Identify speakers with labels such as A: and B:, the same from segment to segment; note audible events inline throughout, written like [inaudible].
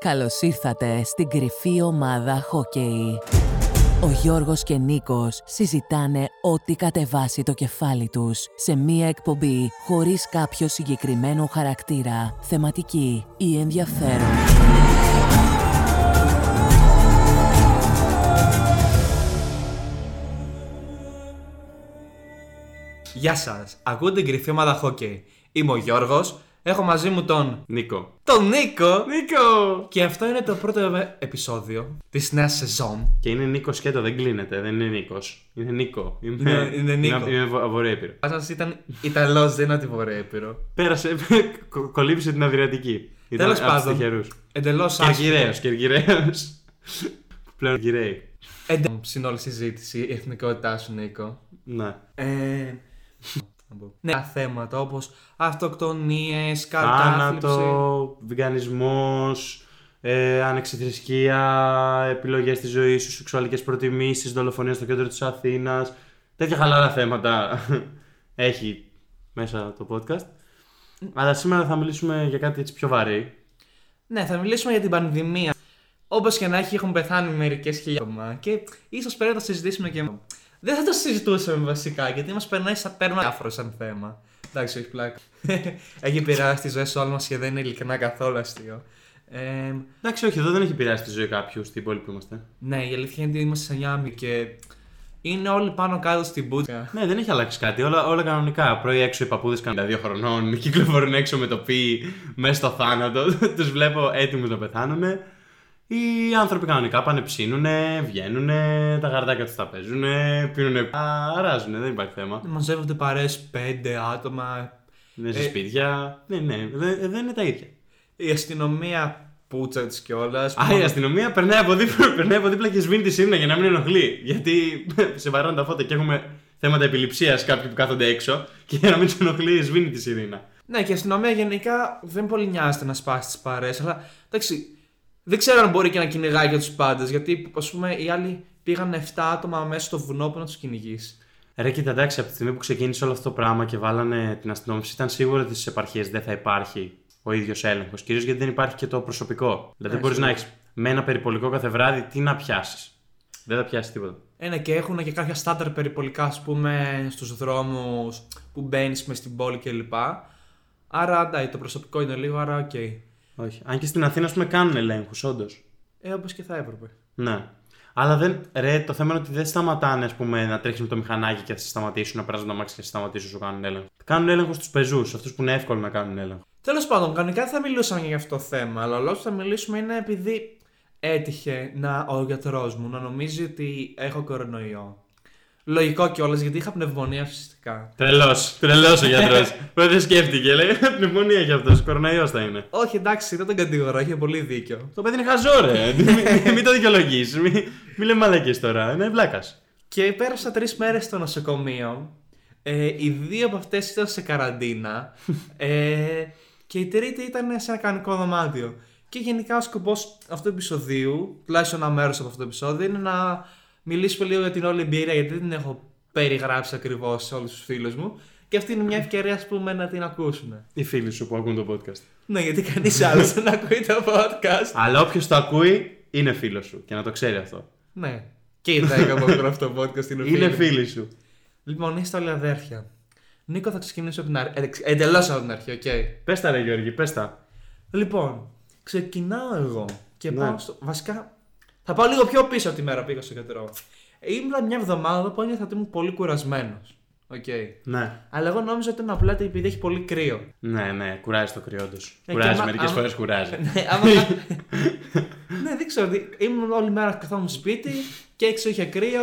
A: Καλώς ήρθατε στην κρυφή ομάδα χόκεϊ. Ο Γιώργος και Νίκος συζητάνε ό,τι κατεβάσει το κεφάλι τους σε μία εκπομπή χωρίς κάποιο συγκεκριμένο χαρακτήρα, θεματική ή ενδιαφέρον.
B: Γεια σας, ακούτε την κρυφή ομάδα χόκεϊ. Είμαι ο Γιώργος, έχω μαζί μου τον.
C: Νίκο.
B: τον Νίκο!
C: Νίκο!
B: Και αυτό είναι το πρώτο ε- επεισόδιο της νέας σεζόν.
C: Και είναι Νίκος σκέτο, δεν κλείνεται. Δεν είναι Νίκος. Είναι Νίκο. Είμαι,
B: Ναι, είναι Νίκο.
C: Είμαι, είμαι βο- βορειοέπειρο.
B: Πάσα σας ήταν Ιταλός, δεν είναι από τη Βορειοέπειρο.
C: Πέρασε, [laughs] κο- κολύμπησε την Αδριατική.
B: Τέλος πάντων.
C: Τυχερούς.
B: Εντελώς
C: Κεργυραίο,
B: άσχημο.
C: κεργυραίο. [laughs] Πλέον γυραίοι.
B: Εντελώς στην όλη συζήτηση η εθνικότητά σου, Νίκο.
C: Ναι.
B: Ε. ναι, θέματα όπως αυτοκτονίες, κατάθλιψη.
C: Θάνατο, βιγκανισμός, ε, ανεξιθρησκεία, επιλογές τη ζωή σου, σεξουαλικές προτιμήσεις, δολοφονία στο κέντρο της Αθήνας. Τέτοια χαλαρά θέματα [laughs] έχει μέσα το podcast. Αλλά σήμερα θα μιλήσουμε για κάτι έτσι πιο βαρύ.
B: Ναι, θα μιλήσουμε για την πανδημία. Όπως και να έχει, έχουν πεθάνει μερικές χιλιάδες άτομα και ίσως πρέπει να το συζητήσουμε και. Δεν θα το συζητούσαμε βασικά, γιατί μας περνάει σαν πέρμα διάφορο σαν θέμα. Εντάξει, όχι πλάκα. [laughs] έχει πειράσει τις ζωές όλων μας και δεν είναι ειλικρινά καθόλου αστείο. Ε,
C: Εντάξει, όχι, εδώ δεν έχει επηρεάσει τη ζωή κάποιου στην πόλη που είμαστε.
B: ναι, η αλήθεια είναι ότι είμαστε σε μια άμυ και είναι όλοι πάνω κάτω στην πούτσα.
C: Ναι, δεν έχει αλλάξει κάτι. Όλα, όλα κανονικά. Πρωί έξω οι παππούδες κάνουν 52 χρονών, [laughs] κυκλοφορούν έξω με το πι μέσα στο θάνατο. [laughs] Τους βλέπω έτοιμους να πεθάνουν. Οι άνθρωποι κανονικά πάνε ψήνουν, βγαίνουν, τα γαρδάκια τους τα παίζουν, πίνουν. Αράζουν, δεν υπάρχει θέμα.
B: Μαζεύονται παρέες πέντε άτομα.
C: Είναι σε σπίτια. Ναι, ναι, δεν, δεν είναι τα ίδια.
B: Η αστυνομία πούτσα της κιόλας.
C: Α, η αστυνομία περνάει από δίπλα, [laughs] περνάει από δίπλα και σβήνει τη σύρνα για να μην ενοχλεί. Γιατί [laughs] σε βαράνε τα φώτα και έχουμε θέματα επιληψίας κάποιοι που κάθονται έξω και για να μην τους ενοχλεί, σβήνει τη σιρήνα.
B: Ναι, και η αστυνομία γενικά δεν πολύ νοιάζεται να σπάσει τις παρέες, αλλά εντάξει, δεν ξέρω αν μπορεί και να κυνηγάει για τους πάντες. Γιατί, ας πούμε, οι άλλοι πήγαν 7 άτομα μέσα στο βουνό που να τους κυνηγήσει.
C: Ρε κοίτα, εντάξει, από τη στιγμή που ξεκίνησε όλο αυτό το πράγμα και βάλανε την αστυνόμευση, ήταν σίγουρο ότι στις επαρχίες δεν θα υπάρχει ο ίδιος έλεγχος. Κυρίως γιατί δεν υπάρχει και το προσωπικό. Δηλαδή, δεν μπορείς να έχεις με ένα περιπολικό κάθε βράδυ τι να πιάσεις. Δεν θα πιάσεις τίποτα.
B: Ένα και έχουν και κάποια στάνταρ περιπολικά, ας πούμε, στους δρόμους που μπαίνεις μες στην πόλη κλπ. Άρα, ναι, το προσωπικό είναι λίγο, άρα οκ.
C: Όχι. Αν και στην Αθήνα, ας πούμε, κάνουν ελέγχους, όντως.
B: Ε, όπως και θα έπρεπε.
C: Ναι. Αλλά δεν, ρε, το θέμα είναι ότι δεν σταματάνε ας πούμε, να τρέχεις με το μηχανάκι και θα σε σταματήσουν, να περάσουν τα μάξι και θα σε σταματήσουν σου κάνουν έλεγχο. Κάνουν έλεγχο στους πεζούς, αυτούς που είναι εύκολο να κάνουν έλεγχο.
B: Τέλος πάντων, κανονικά δεν θα μιλούσαμε και για αυτό το θέμα, αλλά ο λόγος που θα μιλήσουμε είναι επειδή έτυχε να, ο γιατρός μου να νομίζει ότι έχω κορονοϊό. Λογικό κιόλας γιατί είχα πνευμονία ουσιαστικά.
C: Τρελός, τρελός ο [laughs] γιατρός. δεν σκέφτηκε, λέει. Πνευμονία για αυτός, κορονοϊό θα είναι.
B: Όχι, εντάξει, δεν τον κατηγορώ, είχε πολύ δίκιο.
C: Το παιδί είναι χαζό, [laughs] ρε. μην, το δικαιολογείς. Μην μη λέμε μαλακίε τώρα. Είναι βλάκας.
B: Και πέρασα τρεις μέρες στο νοσοκομείο. Ε, οι δύο από αυτές ήταν σε καραντίνα. Ε, και η τρίτη ήταν σε ένα κανονικό δωμάτιο. Και γενικά ο σκοπός αυτού του επεισοδίου, τουλάχιστον ένα μέρος από αυτό το επεισόδιο, είναι να μιλήσουμε λίγο για την όλη εμπειρία, γιατί δεν την έχω περιγράψει ακριβώς σε όλους τους φίλους μου. Και αυτή είναι μια ευκαιρία, ας πούμε, να την ακούσουν.
C: Οι φίλοι σου που ακούν το podcast.
B: Ναι, γιατί κανείς άλλος δεν ακούει το podcast.
C: Αλλά όποιος το ακούει είναι φίλος σου και να το ξέρει αυτό.
B: ναι. Και η Δέκα που ακούνε αυτό το podcast είναι
C: Είναι
B: μου.
C: φίλοι σου.
B: Λοιπόν, είστε όλοι αδέρφια. Νίκο, θα ξεκινήσω από την αρχή. Εντελώς από την αρχή, οκ.
C: Πες τα, ρε Γιώργη, πες τα.
B: Λοιπόν, ξεκινάω εγώ και
C: Ναι.
B: πάω στο. Βασικά, θα πάω λίγο πιο πίσω από τη μέρα που πήγα στο κεντρό. Ήμουν μια εβδομάδα που ένιωθα ότι ήμουν πολύ κουρασμένος. Οκ.
C: Ναι.
B: Αλλά εγώ νόμιζα ότι ήταν απλά ότι επειδή έχει πολύ κρύο. [laughs]
C: Ναι, ναι, κουράζει το κρυό του.
B: Ε, και
C: κουράζει,
B: άμα-
C: μερικές
B: άμα-
C: φορές [laughs] κουράζει.
B: ναι, άμα... ναι, δεν ξέρω. δη- Ήμουν όλη μέρα καθόμουν σπίτι και έξω είχε κρύο,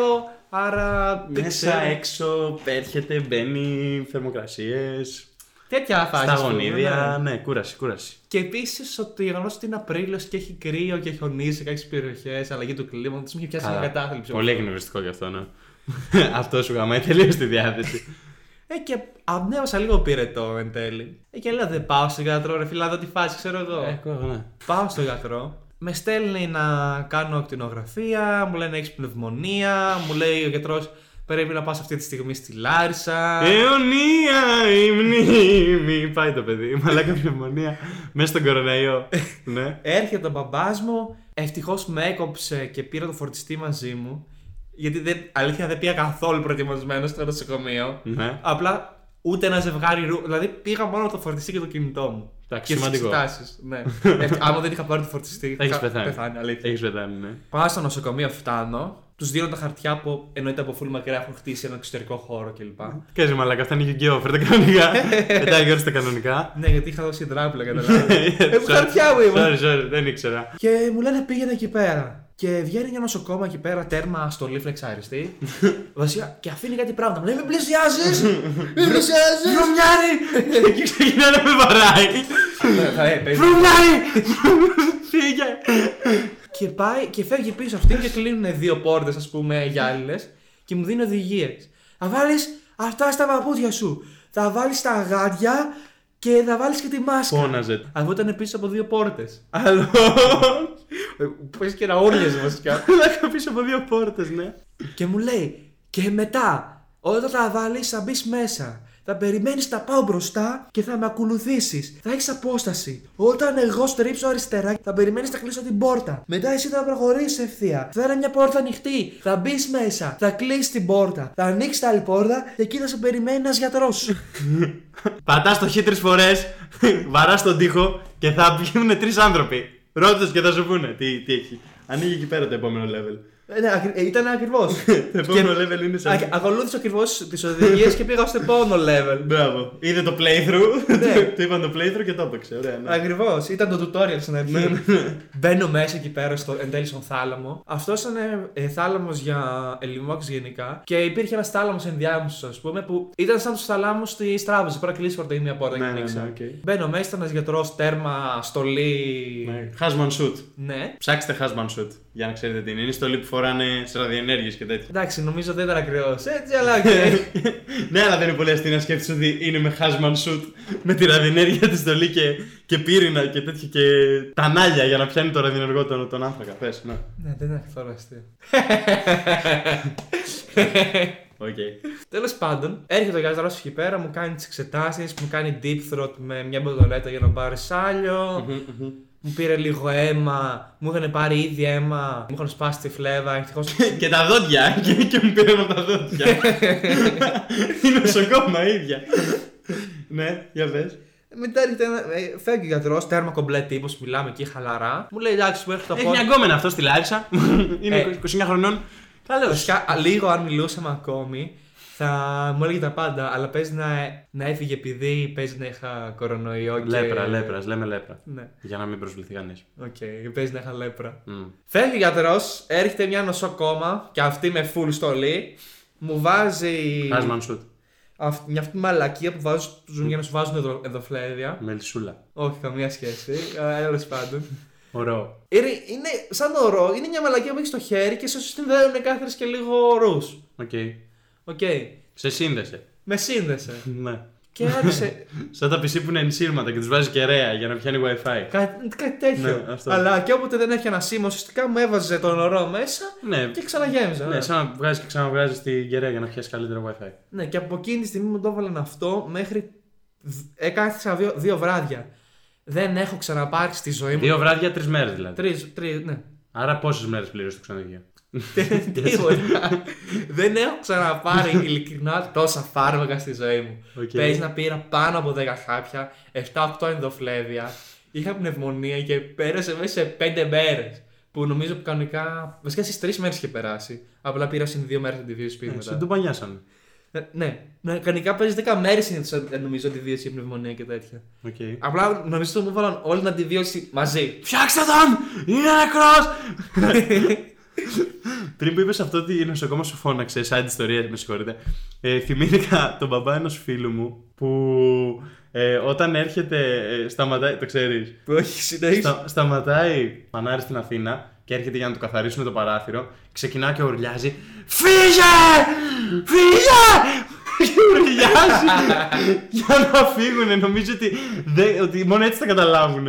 B: άρα. δεν
C: Μέσα,
B: ξέρω.
C: έξω, έρχεται, μπαίνει, θερμοκρασίες.
B: Τέτοια φάση.
C: Στα
B: ας πούμε, ναι.
C: γονίδια. Ναι, κούραση, κούραση.
B: Και επίσης ότι γεγονός ότι είναι Απρίλιος και έχει κρύο και χιονίζει σε κάποιες περιοχές, αλλαγή του κλίματος, μου έχει πιάσει μια
C: Καλά.
B: κατάθλιψη.
C: Πολύ εκνευριστικό γι' αυτό, ναι. [laughs] αυτό σου γαμάει τελείως τη διάθεση.
B: Ε, και ανέβασα λίγο πυρετό εν τέλει. Ε, και λέω δεν πάω στον γιατρό, ρε φιλά, δω τι φάση, ξέρω εγώ.
C: Ε, ακούω, ναι.
B: Πάω στον γιατρό, με στέλνει να κάνω ακτινογραφία, μου λένε έχεις πνευμονία, μου λέει ο γιατρός Πρέπει να πας αυτή τη στιγμή στη Λάρισα.
C: Ε. Αιωνία η μνήμη. Πάει το παιδί. Μαλάκα πνευμονία. Μέσα στον κοροναϊό. ναι.
B: Έρχεται ο μπαμπάς μου. Ευτυχώς με έκοψε και πήρα το φορτιστή μαζί μου. Γιατί δεν, αλήθεια δεν πήγα καθόλου προετοιμασμένος στο νοσοκομείο.
C: Ναι.
B: Απλά ούτε ένα ζευγάρι ρούχα. Δηλαδή πήγα μόνο το φορτιστή και το κινητό μου.
C: Εντάξει,
B: και στις
C: σημαντικό.
B: εξετάσεις, ναι.
C: [laughs]
B: Ε, άμα δεν είχα πάρει το φορτιστή.
C: Έχεις
B: θα-
C: πεθάνει.
B: πεθάνει αλήθεια.
C: Έχεις πεθάνει, ναι.
B: Πάω στο νοσοκομείο, φτάνω. Τους δίνω τα χαρτιά που εννοείται από full μακριά έχουν χτίσει ένα εξωτερικό χώρο κλπ.
C: Κάζει μαλάκα, αυτά είναι γιουγκέο, φέρτε [laughs] κανονικά. Μετά γιόρσε τα κανονικά.
B: ναι, γιατί είχα δώσει τράπλα,
C: [laughs]
B: καταλαβαίνετε. Έχω χαρτιά μου ήμουν.
C: Ε, Sorry, sorry, δεν ήξερα.
B: Και μου λένε πήγαινε εκεί πέρα. Και βγαίνει ένα νοσοκόμα εκεί πέρα, τέρμα στο λίφλεξ
C: [laughs]
B: αριστεί. Βασικά, και αφήνει κάτι πράγματα. Μου λέει, Μην πλησιάζει! Μην πλησιάζει! Βρωμιάρι! [laughs]
C: Εκεί ξεκινάει να με βαράει.
B: Ναι, ε,
C: Βρουνάει! Φύγε!
B: Και πάει και φεύγει πίσω αυτή και κλείνουν δύο πόρτες, ας πούμε, γυάλινε και μου δίνει οδηγίες. Θα βάλεις αυτά στα παπούτσια σου. Θα βάλεις τα γάντια και θα βάλεις και τη μάσκα.
C: Φώναζε.
B: Αυτό ήταν πίσω από δύο πόρτες. Άλλος. Πες Ε, και να όριαζε βασικά.
C: Μαλάκα πίσω από δύο πόρτες, ναι.
B: και μου λέει, και μετά, όταν τα βάλεις, θα μπεις μέσα. Θα περιμένεις, θα πάω μπροστά και θα με ακολουθήσεις. Θα έχεις απόσταση. Όταν εγώ στρίψω αριστερά, θα περιμένεις, θα κλείσω την πόρτα. Μετά εσύ θα προχωρήσεις ευθεία. Θα είναι μια πόρτα ανοιχτή. Θα μπεις μέσα. Θα κλείσεις την πόρτα. Θα ανοίξεις τα άλλη πόρτα και εκεί θα σε περιμένει ένας γιατρός.
C: Πατάς το χ τρεις φορές, [laughs] βαράς τον τοίχο και θα βγουν τρεις άνθρωποι. Ρώτησες και θα σου πούνε τι, τι έχει. Ανοίγει εκεί πέρα το επόμενο level.
B: Ε, ναι, ακρι- ε, ήταν ακριβώς. [laughs]
C: Το επόμενο level είναι σαν.
B: Ακολούθησε ακριβώς τις οδηγίες και πήγα στο επόμενο level.
C: Μπράβο. Είδε το
B: Ναι.
C: playthrough. [laughs] του- του είπαν το playthrough και το έπαιξε. Ωραία. ναι.
B: Ακριβώς. Ήταν το tutorial στην αρχή. Μπαίνω μέσα εκεί πέρα στο εν τέλει στον θάλαμο. Αυτός ήταν ε, θάλαμος για ελιμόξ γενικά. Και υπήρχε ένας θάλαμος ενδιάμεσος, ας πούμε, που ήταν σαν τους θάλαμου της τράπεζας. Πρέπει να κλείσει πρώτα ή μια πόρτα
C: Ναι,
B: και
C: ναι,
B: ανοίξει.
C: ναι, οκ.
B: Μπαίνω μέσα, ήταν ένας γιατρός, τέρμα, στολή.
C: Ναι. Husband shoot.
B: Ναι.
C: Ψάξτε husband shoot για να ξέρετε τι είναι. Είναι στολή που φοράνε σε ραδιενέργειε και τέτοια. [laughs]
B: Εντάξει, νομίζω δεν ήταν ακριβώς έτσι, αλλά και.
C: ναι, αλλά δεν είναι πολύ αστείο να σκέφτεσαι ότι είναι με husband shoot με τη ραδιενέργεια της στολή και, και πύρινα και τέτοια και τανάλια για να πιάνει το ραδιενεργό τον, τον άνθρακα. Πες, ναι.
B: ναι, δεν ήταν καθόλου αστείο.
C: Οκ.
B: Τέλος πάντων, έρχεται ο γιατρός εκεί πέρα, μου κάνει τις εξετάσεις, μου κάνει deep throat με μια μποτολέτα για να πάρει σάλιο. Μου πήρε λίγο αίμα, μου είχαν πάρει ήδη αίμα, μου είχαν σπάσει τη φλέβα. Ευτυχώς.
C: και τα δόντια. [laughs] Και, και μου πήραν από τα [laughs] δόντια. είναι νοσοκόμα ίδια. ναι, για πες.
B: [laughs] Μετά έρχεται ένα. ε, Φεύγει ο γιατρός, τέρμα κομπλέ τύπο, μιλάμε εκεί χαλαρά. Μου λέει εντάξει, μου έρχεται το
C: Έχει μια
B: πόδι.
C: γκόμενα αυτό στη Λάρισα. [laughs] είναι
B: Ε.
C: 29 χρονών. Καλώ.
B: Βασικά, α, λίγο αν μιλούσαμε ακόμη, θα μου έλεγε τα πάντα. Αλλά παίζει να, να έφυγε επειδή παίζει να είχα κορονοϊό. Και...
C: Λέπρα, λέπρας, λέμε λέπρα.
B: Ναι,
C: Για να μην προσβληθεί κανείς.
B: οκ, παίζει να είχα λέπρα. Φεύγει ο γιατρός, έρχεται μια νοσοκόμα και αυτή με full στολή. Μου βάζει.
C: Husband shoot.
B: Αυτή, μια αυτή τη μαλακία που βάζουν ζουν για να σου βάζουν εδώ, εδωφλέδια.
C: Μελισούλα.
B: Όχι, καμία σχέση. Τέλο πάντων.
C: Ωραίο.
B: Είναι, είναι σαν ορό, είναι μια μαλακία που έχει στο χέρι και σε συνδέουν κάθερε και λίγο ορού.
C: Οκ.
B: Οκ.
C: Σε σύνδεσε.
B: Με σύνδεσε.
C: Ναι.
B: και
C: [laughs]
B: άρχισε.
C: Σαν τα PC που είναι ενσύρματα και του βάζει κεραία για να πιάνει WiFi.
B: κάτι, κάτι τέτοιο.
C: Ναι, αυτό.
B: Αλλά και όποτε δεν έχει ένα σήμα, ουσιαστικά μου έβαζε τον ορό μέσα
C: Ναι.
B: και ξαναγέμιζα.
C: Ναι, σαν να βγάζεις και ξαναβγάζεις την κεραία για να πιάσεις καλύτερα WiFi.
B: Ναι, και από εκείνη τη στιγμή μου το έβαλαν αυτό μέχρι. δ- Έκαθισα δύο, δύο βράδια. Δεν έχω ξαναπάρει στη ζωή μου.
C: Δύο βράδια, τρεις μέρες δηλαδή.
B: Τρεις, τρει,
C: [laughs]
B: ναι.
C: Άρα πόσες μέρες πλήρωσε το ξενοδοχείο.
B: [laughs] Τίποτα. Δεν έχω ξαναπάρει ειλικρινά τόσα φάρμακα στη ζωή μου.
C: Οκ.
B: Παίζει να πήρα πάνω από 10 χάπια, 7-8 ενδοφλέβια. Είχα πνευμονία και πέρασε μέσα σε 5 μέρες. Που νομίζω που κανονικά. Βασικά στις 3 μέρες είχε περάσει. Απλά πήρα συν 2 μέρε αντιβίωση σπίτι
C: Ε,
B: μετά.
C: Στον τουμπανιάσανε.
B: Ε, Ναι, ναι, κανονικά παίζει 10 μέρε είναι ε, νομίζω αντιβίωση για πνευμονία και τέτοια.
C: Οκ.
B: Απλά νομίζω ότι μου έβαλαν όλη την αντιβίωση [laughs] μαζί.
C: Φτιάξτε τον! Είναι νεκρός! Πριν που είπες αυτό ότι η νοσοκόμα σου φώναξε, σαν ιστορία, με συγχωρείτε, ε, θυμήθηκα τον μπαμπά ενός φίλου μου που ε, όταν έρχεται, ε, σταματάει, το ξέρεις,
B: Όχι, συνέχισε.
C: Στα- σταματάει φανάρι στην Αθήνα και έρχεται για να του καθαρίσουν το παράθυρο. Ξεκινά και ουρλιάζει. Φύγε! Φύγε! Και ουρλιάζει για να φύγουνε. Νομίζω ότι, δεν- ότι μόνο έτσι θα καταλάβουν.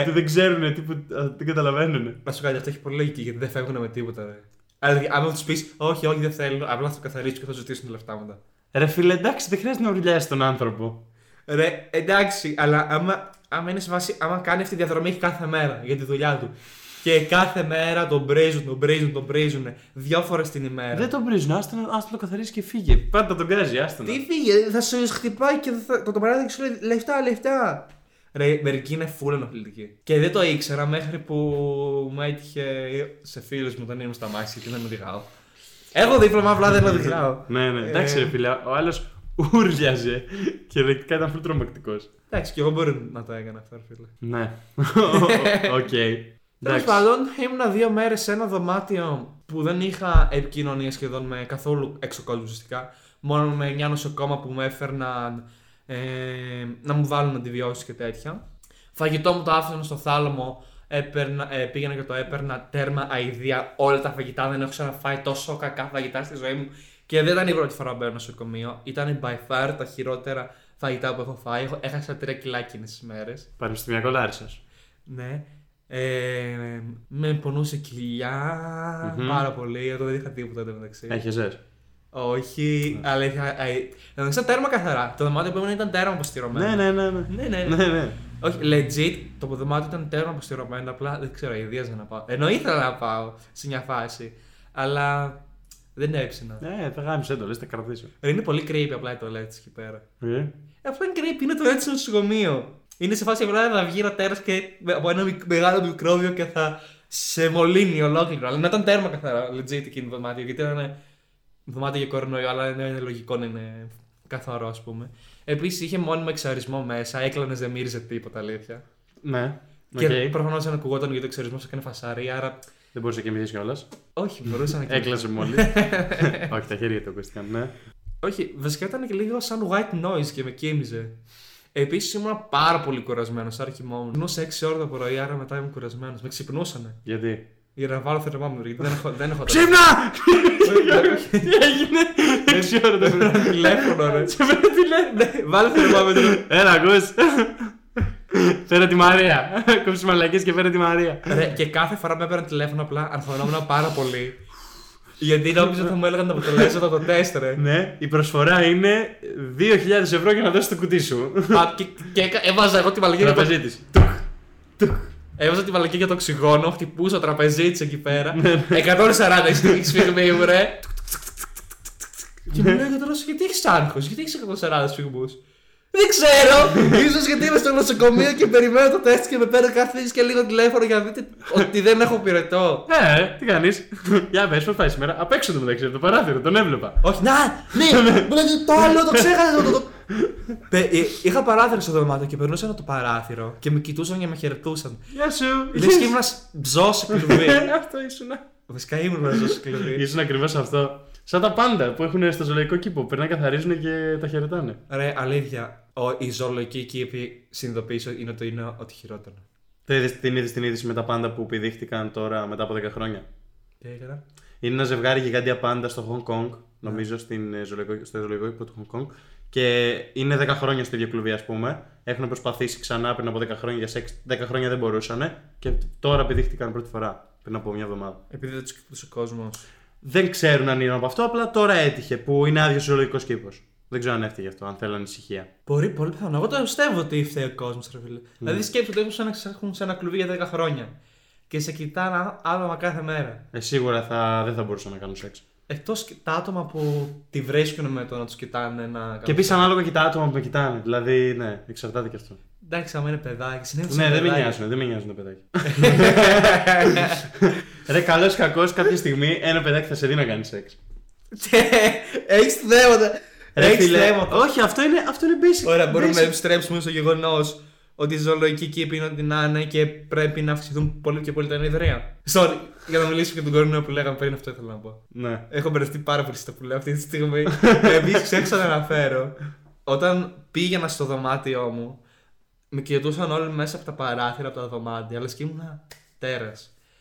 C: Ότι δεν ξέρουν, τι που- α, δεν καταλαβαίνουν.
B: Να σου κάνει αυτό έχει πολύ λογική γιατί δεν φεύγουν με τίποτα. Ρε. Αλλά δηλαδή, άμα τους πεις, Όχι, όχι, δεν θέλω, απλά θα το καθαρίσω και θα ζητήσουν τα λεφτά μετά.
C: Ρε φίλε, εντάξει, δεν χρειάζεται να βριλιάσει τον άνθρωπο.
B: Ρε, εντάξει, αλλά άμα, άμα είναι σε βάση, άμα κάνει αυτή τη διαδρομή έχει κάθε μέρα για τη δουλειά του. Και κάθε μέρα τον πρίζουν, τον πρίζουν, τον πρίζουν. Δυο φορές την ημέρα.
C: Δεν τον πρίζουν, άστο να άστο να το καθαρίσει και φύγε. Ε. Πάντα τον γκάζει, άστο να.
B: Τι φύγε, θα σε χτυπάει και θα, το, το παράδειγμα σου λέει λεφτά, λεφτά. Ρε, μερικοί είναι φούλα ενοχλητικοί. Και δεν το ήξερα μέχρι που μου έτυχε σε φίλους μου όταν ήμουν στα μάξι και δεν με οδηγάω. Έχω δίπλωμα, απλά δεν οδηγάω.
C: Ναι, ναι, εντάξει,
B: Ε.
C: ρε φίλε, ο άλλος ούρλιαζε και δεκτικά ήταν πολύ τρομακτικός.
B: Εντάξει, και εγώ μπορεί να τα έκανα αυτά, ρε φίλε.
C: [laughs] Ναι. Οκ.
B: Τέλος
C: Εντάξει.
B: πάντων, ήμουνα δύο μέρες σε ένα δωμάτιο που δεν είχα επικοινωνία σχεδόν με καθόλου έξω κόσμο ουσιαστικά. Μόνο με μια νοσοκόμα που με έφερναν ε, να μου βάλουν αντιβιώσεις και τέτοια. Φαγητό μου το άφησαν στο θάλαμο, έπαιρνα, ε, πήγαινα και το έπαιρνα τέρμα αηδία όλα τα φαγητά. Δεν έχω ξαναφάει τόσο κακά φαγητά στη ζωή μου. Και δεν ήταν η πρώτη φορά που μπαίνω νοσοκομείο. Ήταν by far τα χειρότερα φαγητά που έχω φάει. Έχω- Έχασα τρία κιλάκια εκείνες τις μέρες.
C: Πανεπιστημιακό Λάρισα.
B: Ναι. Ε, με πονούσε κοιλιά
C: Μμμ.
B: πάρα πολύ. Εγώ δεν είχα τίποτα εντωμεταξύ.
C: Έχει Ναι. ζες.
B: Όχι, αλλά είχα. ε, Εντωμεταξύ ήταν τέρμα καθαρά. Το δωμάτιο που ήμουν ήταν τέρμα αποστηρωμένο.
C: Ναι, ναι, ναι. ναι.
B: Ναι, ναι, ναι.
C: Ναι, ναι.
B: Όχι, legit το δωμάτιο ήταν τέρμα αποστηρωμένο. Απλά δεν ξέρω, ιδίαζα να πάω. Ενώ ήθελα να πάω σε μια φάση. Αλλά δεν έψηνα.
C: Ναι, θα γάμισε το, λες, θα κρατήσω.
B: Ρε, Είναι πολύ creepy απλά η τολέτσα εκεί πέρα.
C: Ε,
B: Ε, Αυτό είναι creepy, είναι το έτσι στο νοσοκομείο. Είναι σε φάση απλά να βγει ένα τέρας και με- από ένα μικ- μεγάλο μικρόβιο και θα σε μολύνει ολόκληρο. Αλλά να ήταν τέρμα καθαρά, legit εκείνο το δωμάτιο. Γιατί ήταν δωμάτιο για κορονοϊό, αλλά είναι, είναι λογικό να είναι καθαρό, ας πούμε. Επίσης είχε μόνιμο εξαρισμό μέσα, έκλανες, δεν μύριζε τίποτα αλήθεια.
C: Ναι.
B: Και
C: Οκ.
B: προφανώς δεν ακουγόταν γιατί ο εξαρισμός έκανε φασαρία, άρα.
C: Δεν μπορούσε και μιλήσει κιόλας. [laughs]
B: Όχι, μπορούσα να κοιμηθεί.
C: Έκλασε [laughs] μόλις. Όχι, τα χέρια του ακούστηκαν. Ναι.
B: Όχι, βασικά ήταν και λίγο σαν white noise και με κοίμιζε. Επίσης ήμουν πάρα πολύ κουρασμένος, άρα κοιμόμουν. Ξυπνούσα 6 ώρα το πρωί, άρα μετά ήμουν κουρασμένος. Με ξυπνούσανε.
C: Γιατί.
B: Για να βάλω θερμόμετρο, γιατί δεν έχω. Δεν έχω
C: Ξύπνα! [laughs] Τι έγινε! Έξι ώρα το
B: Έπρεπε
C: πρωί.
B: τηλέφωνο, ρε. Ναι, Βάλε θερμόμετρο.
C: Έλα, [laughs] ακούς. Φέρε τη Μαρία. Κόψε μαλακές και φέρε τη Μαρία.
B: Ρε, και κάθε φορά με έπαιρναν τηλέφωνο, απλά αρθωνόμουν πάρα πολύ. Γιατί νόμιζα θα μου έλεγαν τα αποτελέσματα το τεστ, ρε.
C: Ναι, η προσφορά είναι 2.000 ευρώ για να δώσεις το κουτί σου.
B: Α, και- Και έκα- έβαζα εγώ τη μαλακή για το
C: Τραπεζίτης.
B: Έβαζα τη μαλακή για το οξυγόνο, χτυπούσα τραπεζίτη εκεί πέρα. 140 στη σφιγμή μου, ρε. Και μου λέει ο γιατρό, γιατί έχεις άγχος, γιατί έχεις 140 σφιγμούς. Δεν ξέρω! σω γιατί είμαι στο νοσοκομείο και περιμένω το τεστ και με παίρνει κάθε και λίγο τηλέφωνο για να δείτε ότι δεν έχω πυρετό.
C: Ε, ρε, τι κάνεις. Για πες, πώς πάει σήμερα. Απ' έξω το μεταξύ, από το παράθυρο, τον έβλεπα.
B: Όχι, να! Ναι! Μου λέει το άλλο, το ξέχασα. Το, το, το. Πε- ε, είχα παράθυρο στο δωμάτιο και περνούσα από το παράθυρο και με κοιτούσαν και με [laughs] χαιρετούσαν.
C: Γεια σου.
B: Λες και ήμουν ζώο σε κλουβί.
C: Ε, [laughs] Αυτό ήσουνα.
B: Βασικά ήμουν ζώο σε κλουβί.
C: Ήσουν ακριβώς αυτό. Σαν τα πάντα που έχουν στο ζωολογικό κήπο. Περνάνε, καθαρίζουν και τα χαιρετάνε.
B: Ρε, αλήθεια. Ο, η ζωολογική κήπη συνειδητοποίησε είναι ότι είναι ότι χειρότερο.
C: Δεν είδες- Την είδες την είδηση με τα πάντα που πηδήχτηκαν τώρα μετά από 10 χρόνια.
B: Τι έκανα.
C: Είναι ένα ζευγάρι γιγάντια πάντα στο Hong Kong, νομίζω, στην, ε, ζωολογικό- στο ζωολογικό κήπο του Hong Kong. Και είναι 10 χρόνια στο ίδιο κλουβί, ας πούμε. Έχουν προσπαθήσει ξανά πριν από 10 χρόνια για σεξ. 10 χρόνια δεν μπορούσαν. Και τώρα πηδήχτηκαν πρώτη φορά, πριν από μια εβδομάδα.
B: Επειδή δεν τους κοιτούσε ο κόσμος.
C: Δεν ξέρουν αν είναι από αυτό, απλά τώρα έτυχε που είναι άδειος ζωολογικό κήπος. Δεν ξέρω αν έφταιγε αυτό, αν θέλανε ησυχία.
B: Μπορεί, πολύ πιθανό. Εγώ το πιστεύω ότι φταίει ο κόσμος, ρε φίλε. Δηλαδή σκέψτε ότι έχουν έχουν σε ένα κλουβί για 10 χρόνια. Και σε κοιτάνε άτομα κάθε μέρα.
C: Ε, σίγουρα θα, δεν θα μπορούσα να κάνω σεξ.
B: Εκτός τα άτομα που τη βρίσκουν με το να τους κοιτάνε να.
C: Και επίσης ανάλογα και τα άτομα που με κοιτάνε. Δηλαδή, ναι, εξαρτάται και αυτό.
B: Εντάξει, άμα είναι παιδάκι, συνήθως.
C: ναι, δεν με
B: [laughs]
C: νοιάζουν, δεν με νοιάζουν τα παιδάκια. Ρε, καλός ή κακός, κάποια στιγμή ένα παιδάκι θα σε δει να κάνει σεξ.
B: Έχεις θέματα.
C: Ρε,
B: Έχεις
C: φίλε,
B: θέματα.
C: Όχι, αυτό είναι, αυτό είναι basic.
B: Ωραία, μπορούμε να
C: basic.
B: επιστρέψουμε στο γεγονός ότι η ζωολογική κήπη είναι ότι να είναι και πρέπει να αυξηθούν πολύ και πολύ τα ενιδρία. Sorry, για να μιλήσω για τον κορονοϊό που λέγαμε πριν, αυτό ήθελα να πω.
C: Ναι.
B: Έχω μπερδευτεί πάρα πολύ στα που λέω αυτή τη στιγμή. Επίση, ξέχασα να αναφέρω, όταν πήγαινα στο δωμάτιό μου, με κοιτούσαν όλοι μέσα από τα παράθυρα, από τα δωμάτια, αλλά και ήμουνα τέρας.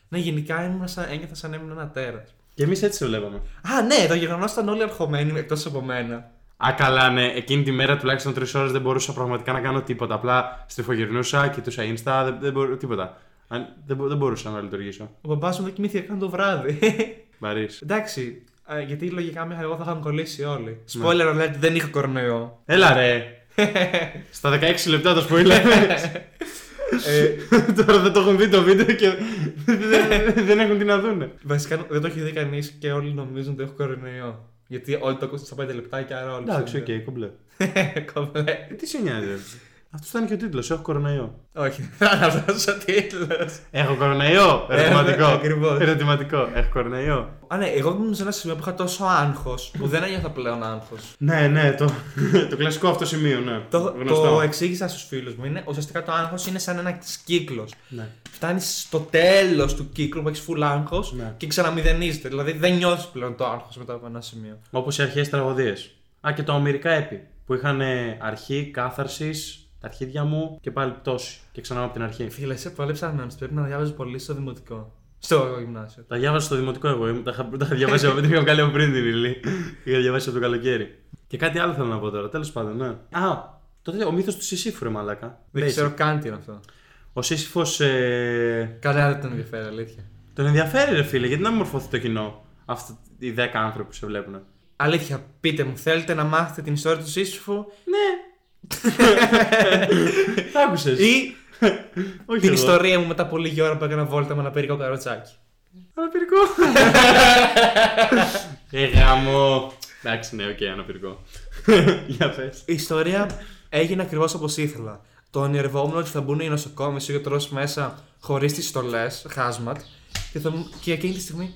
B: Ναι, γενικά ήμουν σαν, ένιωθα σαν έμεινα ένα τέρας.
C: Και εμείς έτσι το βλέπαμε.
B: Α, ναι, το γεγονό ήταν όλοι ερχομένοι εκτός από μένα.
C: Α, καλά, ναι. Εκείνη τη μέρα τουλάχιστον τρεις ώρες δεν μπορούσα πραγματικά να κάνω τίποτα. Απλά στριφογυρνούσα, κοιτούσα Insta, δεν, δεν μπορούσα, τίποτα. Αν, δεν, μπο- δεν μπορούσα να λειτουργήσω.
B: Ο μπαμπάς μου δεν κοιμήθηκε καν το βράδυ.
C: Βαρύς.
B: Εντάξει, α, γιατί λογικά μέχρι εγώ θα είχαν κολλήσει όλοι.
C: Ναι.
B: Spoiler alert, δεν είχα
C: [laughs]
B: κορνεό.
C: Έλα ρε. Στα 16 λεπτά το spoiler.
B: [laughs] ε,
C: [laughs] Τώρα δεν το έχουν δει το βίντεο και δεν- δεν έχουν τι να δούνε.
B: βασικά δεν το έχει δει κανείς και όλοι νομίζουν ότι έχω κορνεό. Γιατί όλοι το ακούσαν στα 5 λεπτά και άρα όλοι.
C: Εντάξει, οκ,
B: ξέρουν.
C: κομπλέ.
B: [laughs] Κομπλέ.
C: Ε, Τι σε νοιάζει. ρε. Αυτός ήταν και ο τίτλος. Έχω κοροναϊό.
B: Όχι, [laughs] θα αναβάσω ο τίτλος.
C: Έχω κοροναϊό. Ερωτηματικό.
B: ακριβώς.
C: Ερωτηματικό. Έχω κοροναϊό.
B: Α, ναι, εγώ ήμουν σε ένα σημείο που είχα τόσο άγχος που δεν ένιωθα πλέον άγχος.
C: Ναι, ναι, το, [laughs] το κλασικό αυτό σημείο, ναι.
B: Το,
C: Γνωστό.
B: το εξήγησα στους φίλους μου. Είναι, ουσιαστικά το άγχος είναι σαν ένας κύκλος.
C: Ναι.
B: Φτάνει στο τέλος του κύκλου που έχεις φουλ άγχος
C: Ναι.
B: και ξαναμηδενίζεται. Δηλαδή δεν νιώθεις πλέον το άγχος μετά από ένα σημείο.
C: Όπως οι αρχέ τραγωδίες. Α, και τα ομυρικά έπι. Που είχαν ε, αρχή κάθαρσης, τα αρχίδια μου και πάλι πτώση. Και ξανά από την αρχή.
B: Φίλε, είσαι πολύ ψαγμένο. «Ε, Πρέπει να διάβαζε πολύ στο δημοτικό. Στο γυμνάσιο.
C: Τα διάβασα στο δημοτικό εγώ. ήμουν- Τα είχα, [laughs] τα είχα διαβάσει από την είχα βγάλει από πριν την ύλη. είχα διαβάσει από το καλοκαίρι. Και κάτι άλλο θέλω να πω τώρα, τέλος πάντων, ναι. Α, τότε ο μύθος του Σισίφου, ρε Μαλάκα.
B: Δεν
C: Basic.
B: ξέρω καν τι είναι αυτό.
C: Ο Σύσυφο. Ε,
B: Κανένα δεν τον ενδιαφέρει, αλήθεια.
C: τον ενδιαφέρει, ρε φίλε, γιατί να μορφωθεί το κοινό. Αυτοί οι 10 άνθρωποι που σε βλέπουν.
B: Αλήθεια, πείτε μου, θέλετε να μάθετε την ιστορία του Σύσυφου
C: Ναι. [laughs] Τα άκουσες.
B: ή
C: Όχι
B: την
C: εγώ.
B: ιστορία μου μετά από λίγη ώρα που έκανα βόλτα με ένα περικό καροτσάκι.
C: Αναπηρικό. ε, γάμο. Εντάξει, ναι, οκ, αναπηρικό. Για πες.
B: Η ιστορία έγινε ακριβώς όπως ήθελα. Το ονειρευόμουν ότι θα μπουν οι νοσοκόμες ή ο γιατρός μέσα χωρίς τις στολές, χάσματ. Και, θα... μου- και εκείνη τη στιγμή.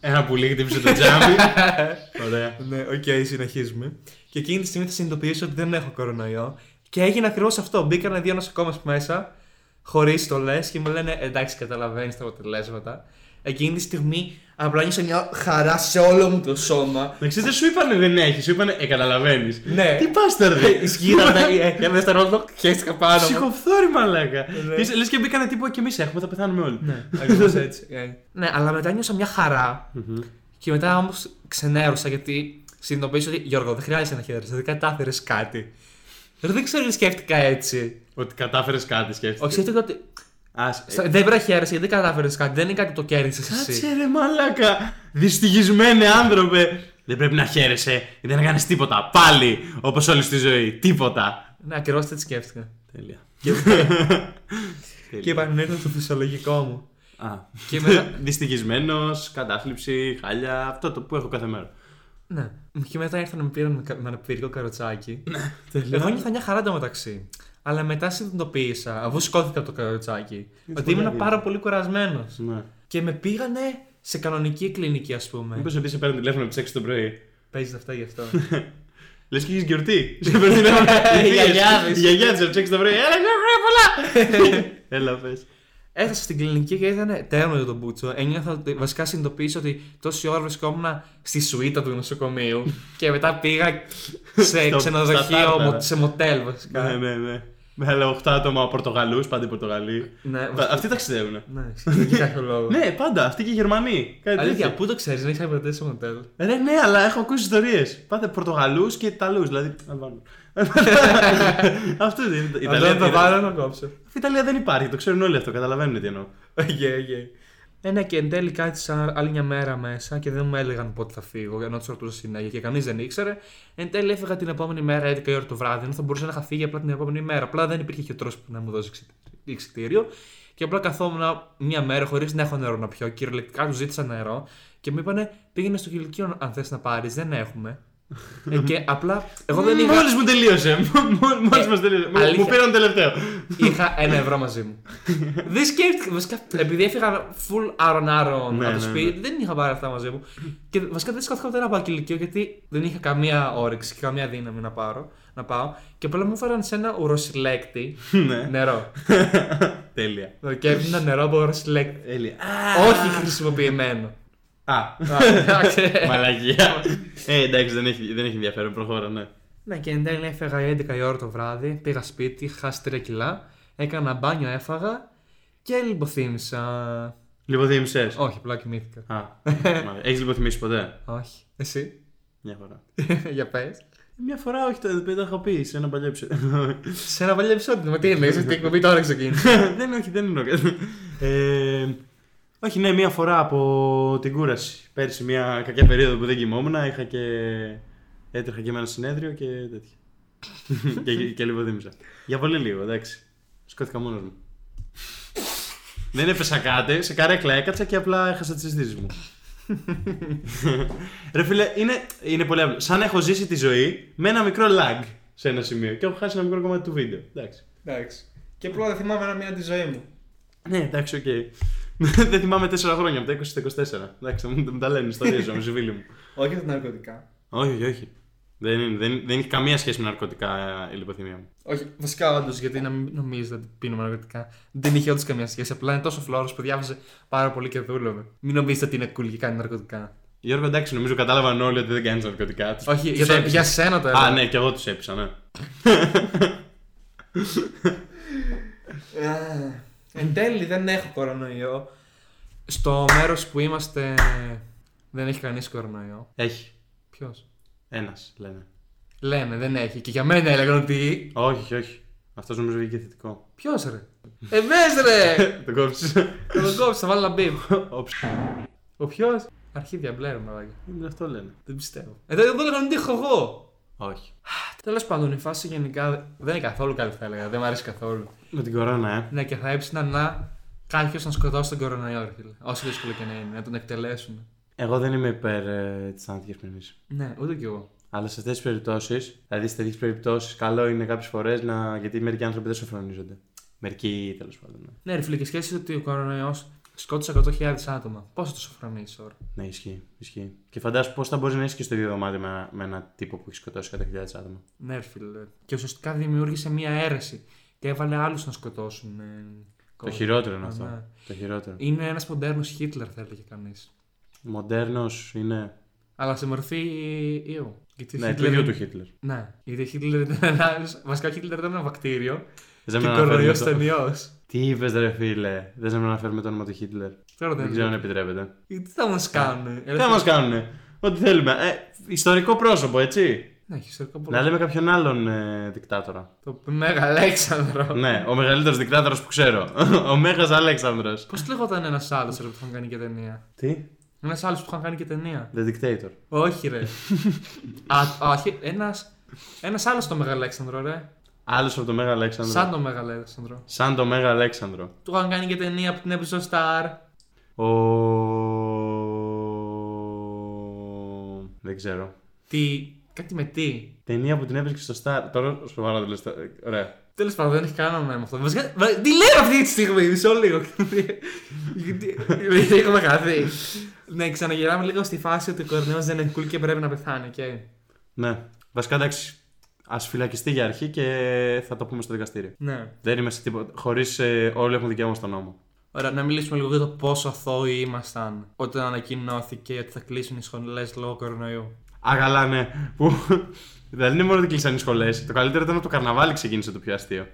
C: Ένα πουλί χτύπησε το τζάμι. [laughs] Ωραία.
B: Ναι, οκ, συνεχίζουμε. Και εκείνη τη στιγμή θα συνειδητοποιήσω ότι δεν έχω κορονοϊό. Και έγινε ακριβώς αυτό. Μπήκαν δύο νοσοκόμες μέσα, χωρίς στολές, και μου λένε Εντάξει, καταλαβαίνεις τα αποτελέσματα. Εκείνη τη στιγμή απλά νιώσα μια χαρά σε όλο μου το σώμα.
C: Εντάξει, δεν σου είπανε δεν έχεις, σου είπανε Ε, καταλαβαίνεις.
B: Ναι.
C: Τι μπάσταρδε.
B: Ισχύρα, για δευτερόλεπτο, χέστηκα πάνω. μου.
C: Ψυχοφθόρη μαλάκα.
B: Ναι.
C: Λες και μπήκανε τίποτα και εμείς έχουμε, θα πεθάνουμε όλοι.
B: Ναι, ακριβώς έτσι. ε. ναι, αλλά μετά νιώσα μια χαρα Και μετά όμως ξενέρωσα γιατί συνειδητοποίησα ότι Γιώργο, δεν χρειάζεται να χαίρεσαι, δεν κατάφερες κάτι. Ρε, Δεν ξέρω τι σκέφτηκα έτσι.
C: Ότι κατάφερες κάτι σκέφτεσαι.
B: Όχι, σκέφτηκα ότι.
C: Ας-
B: στα- Δεν πρέπει να χαίρεσαι γιατί δεν κατάφερες κάτι, δεν είναι κάτι που το κέρδισες εσύ.
C: Κάτσε ρε μαλάκα. Δυστυχισμένε άνθρωπε. Δεν πρέπει να χαίρεσαι. Δεν έκανε τίποτα. Πάλι. Όπως όλη στη ζωή. Τίποτα.
B: Ναι, ακριβώ έτσι σκέφτηκα.
C: Τέλεια.
B: Και επανήλθα στο φυσιολογικό μου.
C: [laughs] Α.
B: Και μετά-
C: Δυστυχισμένος, κατάθλιψη, χάλια. Αυτό το που έχω κάθε μέρα.
B: Ναι. Και μετά ήρθαν να με πήραν με κα- με ένα πυρικό καροτσάκι. Εγώ νιώθα μια χαρά το μεταξύ. Αλλά μετά συνειδητοποίησα, αφού σηκώθηκα από το καροτσάκι, ότι
C: πολύ
B: ήμουν
C: αδύνατο.
B: πάρα πολύ κουρασμένος.
C: Ναι.
B: Και με πήγανε σε κανονική κλινική, ας πούμε.
C: Μήπως επίσης παίρνει τηλέφωνο από τις 6 το πρωί.
B: Παίζεις αυτά γι' αυτό.
C: Λες και έχεις γιορτή.
B: [laughs]
C: Σε παίρνει τηλέφωνο.
B: Οι γιαγιάδες.
C: Η γιαγιά τη από τις 6 το πρωί. Έλα, χρόνια
B: [laughs]
C: πολλά. Έλα, πες.
B: Έφτασα στην κλινική και ήταν τέρμα για τον Μπούτσο. Ένιωθα ότι βασικά συνειδητοποίησα ότι τόση ώρα βρισκόμουν στη σουίτα του
C: [laughs]
B: νοσοκομείου και μετά πήγα σε
C: Στο- στα
B: ξενοδοχείο,
C: τάρταρα.
B: μο- σε μοτέλ βασικά.
C: Ναι, ναι, ναι. Με άλλα 8 άτομα Πορτογαλούς, πάντα οι Πορτογαλοί.
B: Ναι,
C: Τα- Αυτοί ταξιδεύουν.
B: ναι, για
C: [laughs]
B: κάποιο λόγο.
C: Ναι, πάντα. Αυτοί και οι Γερμανοί. Κάτι
B: Αλήθεια,
C: τέτοιο.
B: πού το ξέρεις, δεν έχει απαντήσει σε μοτέλ.
C: Ρε, ναι, αλλά έχω ακούσει ιστορίες. Πάντα Πορτογαλούς και Ιταλούς. Δηλαδή.
B: [laughs]
C: Αλβάνου. Αυτό δεν είναι.
B: Αλλά δεν το
C: Ιταλία-
B: βάλω να κόψω.
C: Στην Ιταλία δεν υπάρχει, το ξέρουν όλοι αυτό, καταλαβαίνουν τι εννοώ.
B: Γεια, γεια. Ε, ναι, και εν τέλει κάθισα άλλη μια μέρα μέσα και δεν μου έλεγαν πότε θα φύγω, ενώ τους ρωτούσα συνέχεια και κανείς δεν ήξερε. Εν τέλει έφυγα την επόμενη μέρα, 11 η ώρα το βράδυ, ενώ θα μπορούσα να είχα φύγει απλά την επόμενη μέρα. Απλά δεν υπήρχε χετρό που να μου δώσει εξι- εξιτήριο. Και απλά καθόμουν μια μέρα χωρίς να έχω νερό να πιω. Κυριολεκτικά τους ζήτησα νερό και μου είπανε πήγαινε στο κυλικείο αν θες να πάρεις. Δεν έχουμε. ε, και απλά εγώ δεν είχα,
C: Μόλις μου τελείωσε. [laughs] Μόλις
B: Ε,
C: μας τελείωσε. Μου-
B: αλήθεια.
C: Μου πήραν τελευταίο. [laughs]
B: είχα ένα ευρώ μαζί μου. δεν σκέφτηκα. Βασικά, επειδή έφυγα full άρον-άρον
C: Ναι,
B: από το
C: ναι,
B: σπίτι, δεν είχα πάρει αυτά μαζί μου. και βασικά δεν σκέφτηκα ποτέ να πάω κηλικείο γιατί δεν είχα καμία όρεξη και καμία δύναμη να, πάρω, να πάω. Και απλά μου έφεραν σε ένα ουροσυλλέκτη
C: [laughs] Ναι.
B: νερό.
C: Τέλεια.
B: Δοκέμουν ένα νερό από ουροσυλλέκτη.
C: Τέλεια.
B: Όχι χρησιμοποιημένο.
C: Ε, [laughs] Α.
B: Α, [laughs] εντάξει.
C: Μαλαγία. Ε, εντάξει, δεν έχει, δεν έχει ενδιαφέρον, προχώρα, ναι.
B: Ναι, και εν τέλει έφεγα 11 η ώρα το βράδυ, πήγα σπίτι, είχα χάσει 3 κιλά, έκανα μπάνιο, έφαγα και λιποθύμησα.
C: Λιποθύμησες.
B: Όχι, απλά κοιμήθηκα.
C: Λοιπόν, Α. Έχεις λιποθυμήσει ποτέ.
B: Όχι. Εσύ. [laughs]
C: Μια φορά.
B: Για πες.
C: Μια φορά, όχι, το, το είχα πει σε ένα παλιό επεισόδιο.
B: Σε ένα
C: [laughs]
B: παλιό επεισόδιο. Μα τι εννοείς, αυτή η εκπομπή τώρα ξεκίνησε.
C: δεν, όχι, δεν είναι. ο- Ε, Όχι, ναι, μία φορά από την κούραση. Πέρσι, μία κακιά περίοδο που δεν κοιμόμουν, είχα και. έτρεχα και με ένα συνέδριο και τέτοια. και, και λίγο δίμησα. Για πολύ λίγο, εντάξει. Σκόθηκα μόνος μου. δεν έπεσα κάτω, σε καρέκλα έκατσα και απλά έχασα τις συζητήσεις μου. Ρε φίλε, είναι, είναι πολύ απλό. Σαν έχω ζήσει τη ζωή με ένα μικρό lag σε ένα σημείο και έχω χάσει ένα μικρό κομμάτι του βίντεο. Εντάξει.
B: Εντάξει. Και απλά δεν θυμάμαι ένα μήνα τη ζωή μου.
C: Ναι, εντάξει, οκ. [laughs] δεν θυμάμαι 4 χρόνια, από τα 20 στα 24. Εντάξει, μου, μου τα λένε ιστορίε όμω, οι φίλοι μου.
B: Όχι από τα ναρκωτικά.
C: [laughs] Όχι, όχι, όχι. Δεν, είναι- δεν, δεν έχει καμία σχέση με ναρκωτικά ε, η λιποθυμία μου.
B: Όχι, βασικά όντως, γιατί να μην νομίζετε ότι πίνουμε ναρκωτικά. Δεν είχε όντως καμία σχέση. Απλά είναι τόσο φλόρος που διάβαζε πάρα πολύ και δούλευε. Μην νομίζετε ότι είναι cool και κάνει ναρκωτικά.
C: Γιώργο, εντάξει, νομίζω κατάλαβαν όλοι ότι δεν κάνεις ναρκωτικά. Τους-
B: Όχι,
C: τους
B: για, το,
C: έπεισα.
B: για σένα το
C: Α,
B: έλεγα.
C: ναι, και εγώ τους έπεισα, ναι.
B: Ε, Εν τέλει δεν έχω κορονοϊό. Στο μέρος που είμαστε δεν έχει κανείς κορονοϊό.
C: Έχει.
B: Ποιος.
C: Ένας, λένε.
B: Λένε, δεν έχει. Και για μένα έλεγαν ότι.
C: Όχι, όχι, όχι. Αυτός νομίζω βγήκε θετικό. [laughs]
B: Ποιος ρε. Ε, βες, [laughs] ρε!
C: Το [laughs] κόψεις.
B: Θα τον κόψεις, θα βάλω ένα μπιπ.
C: Όψε.
B: Ο ποιος. Αρχίδια μπλέρουμε, μαλάκα.
C: Είναι αυτό λένε.
B: Δεν πιστεύω. Ε, δεν δεν έκανα τι έχω εγώ.
C: Όχι.
B: Τέλος πάντων, η φάση γενικά δεν είναι καθόλου καλή, θα έλεγα. Δεν μου αρέσει καθόλου.
C: Με την κορώνα, ε.
B: Ναι, και θα έψηνα να κάποιος να σκοτώσει τον κορονοϊό, ρε φίλε. Όσο δύσκολο και να είναι, να τον εκτελέσουν.
C: Εγώ δεν είμαι υπέρ ε, της θανατική ποινή.
B: Ναι, ούτε κι εγώ.
C: Αλλά σε αυτέ τι περιπτώσεις, δηλαδή σε τέτοιες περιπτώσεις, καλό είναι κάποιες φορές να. Γιατί μερικοί άνθρωποι δεν σοφρονίζονται. Μερικοί τέλος πάντων. ναι.
B: Ναι, ρε φίλε, και σχέση ότι ο κορονοϊός σκότωσε 100.000 άτομα. Πόσο το σοφρονίζει τώρα.
C: Ναι, ισχύει. ισχύει. Και φαντάζομαι πώς θα μπορείς να είσαι και στο ίδιο δωμάτιο με, ένα- με ένα τύπο που έχει σκοτώσει 100.000 άτομα.
B: Ναι, ρε φίλε. Και ουσιαστικά δημιούργησε μία αίρεση και έβαλε άλλους να σκοτώσουν. ε,
C: Το
B: κόσμο.
C: χειρότερο είναι
B: Α,
C: αυτό.
B: ναι.
C: Το χειρότερο.
B: Είναι ένας μοντέρνος Χίτλερ, θα έλεγε κανείς.
C: Μοντέρνος είναι.
B: Αλλά σε μορφή ιού. Γιατί
C: Ναι, το
B: Χίτλερ-
C: ίδιο του Χίτλερ.
B: Ναι, γιατί ο Χίτλερ ήταν ένας. Βασικά ο Χίτλερ ήταν ένα βακτήριο.
C: Δεν
B: και
C: με
B: ο
C: αναφέρουμε
B: κορονοϊό
C: το-
B: ήταν ιό.
C: Τι είπες, ρε φίλε. Δεν σε με αναφέρουμε το όνομα του Χίτλερ.
B: Τώρα
C: Δεν
B: δεν Ε,
C: ξέρω αν επιτρέπεται.
B: Τι θα μας κάνουν.
C: Τι θα μας κάνουν. Ό,τι θέλουμε. Ε, ιστορικό πρόσωπο, έτσι.
B: Ναι, έχει ιστορικό
C: Να
B: πολύ.
C: λέμε κάποιον άλλον ε, δικτάτορα.
B: Το Μέγα Αλέξανδρο.
C: Ναι, ο μεγαλύτερος δικτάτορας που ξέρω. Ο Μέγας Αλέξανδρος.
B: Πώς λεγόταν ένας άλλος που είχαν κάνει και ταινία.
C: Τι?
B: Ένας άλλος που είχαν κάνει και ταινία.
C: The Dictator.
B: Όχι,
C: [laughs]
B: ρε. Α, όχι, ένας. Ένας άλλος το Μέγα Αλέξανδρο, ρε.
C: Άλλος από το Μέγα Αλέξανδρο.
B: Σαν το Μέγα Αλέξανδρο.
C: Σαν το Μέγα Αλέξανδρο.
B: Του είχαν κάνει και ταινία από την Episode Star.
C: Ο. Δεν ξέρω.
B: Τι. Κάτι με τι.
C: Ταινία που την έβρισκε στο Star. Τώρα σοβαρά δεν λες τα- Ωραία.
B: Τέλος πάντων, δεν έχει κανένα νόημα αυτό. Βασικά, βα- τι λέω αυτή τη στιγμή, μισό λίγο. Γιατί γιατί έχουμε χαθεί. Ναι, ξαναγυράμε λίγο στη φάση ότι ο κορνέο δεν είναι cool και πρέπει να πεθάνει. Και...
C: Ναι. Βασικά εντάξει. Ας φυλακιστεί για αρχή και θα το πούμε στο δικαστήριο.
B: Ναι.
C: Δεν είμαι σε τίποτα. Χωρίς όλοι έχουν δικαίωμα στον νόμο.
B: Ωραία, να μιλήσουμε λίγο για το πόσο αθώοι ήμασταν όταν ανακοινώθηκε ότι θα κλείσουν οι σχολές λόγω κορονοϊού.
C: Αγαλά, ναι. Που... Δεν είναι μόνο ότι κλείσαν οι σχολές. Το καλύτερο ήταν ότι το καρναβάλι ξεκίνησε το πιο αστείο.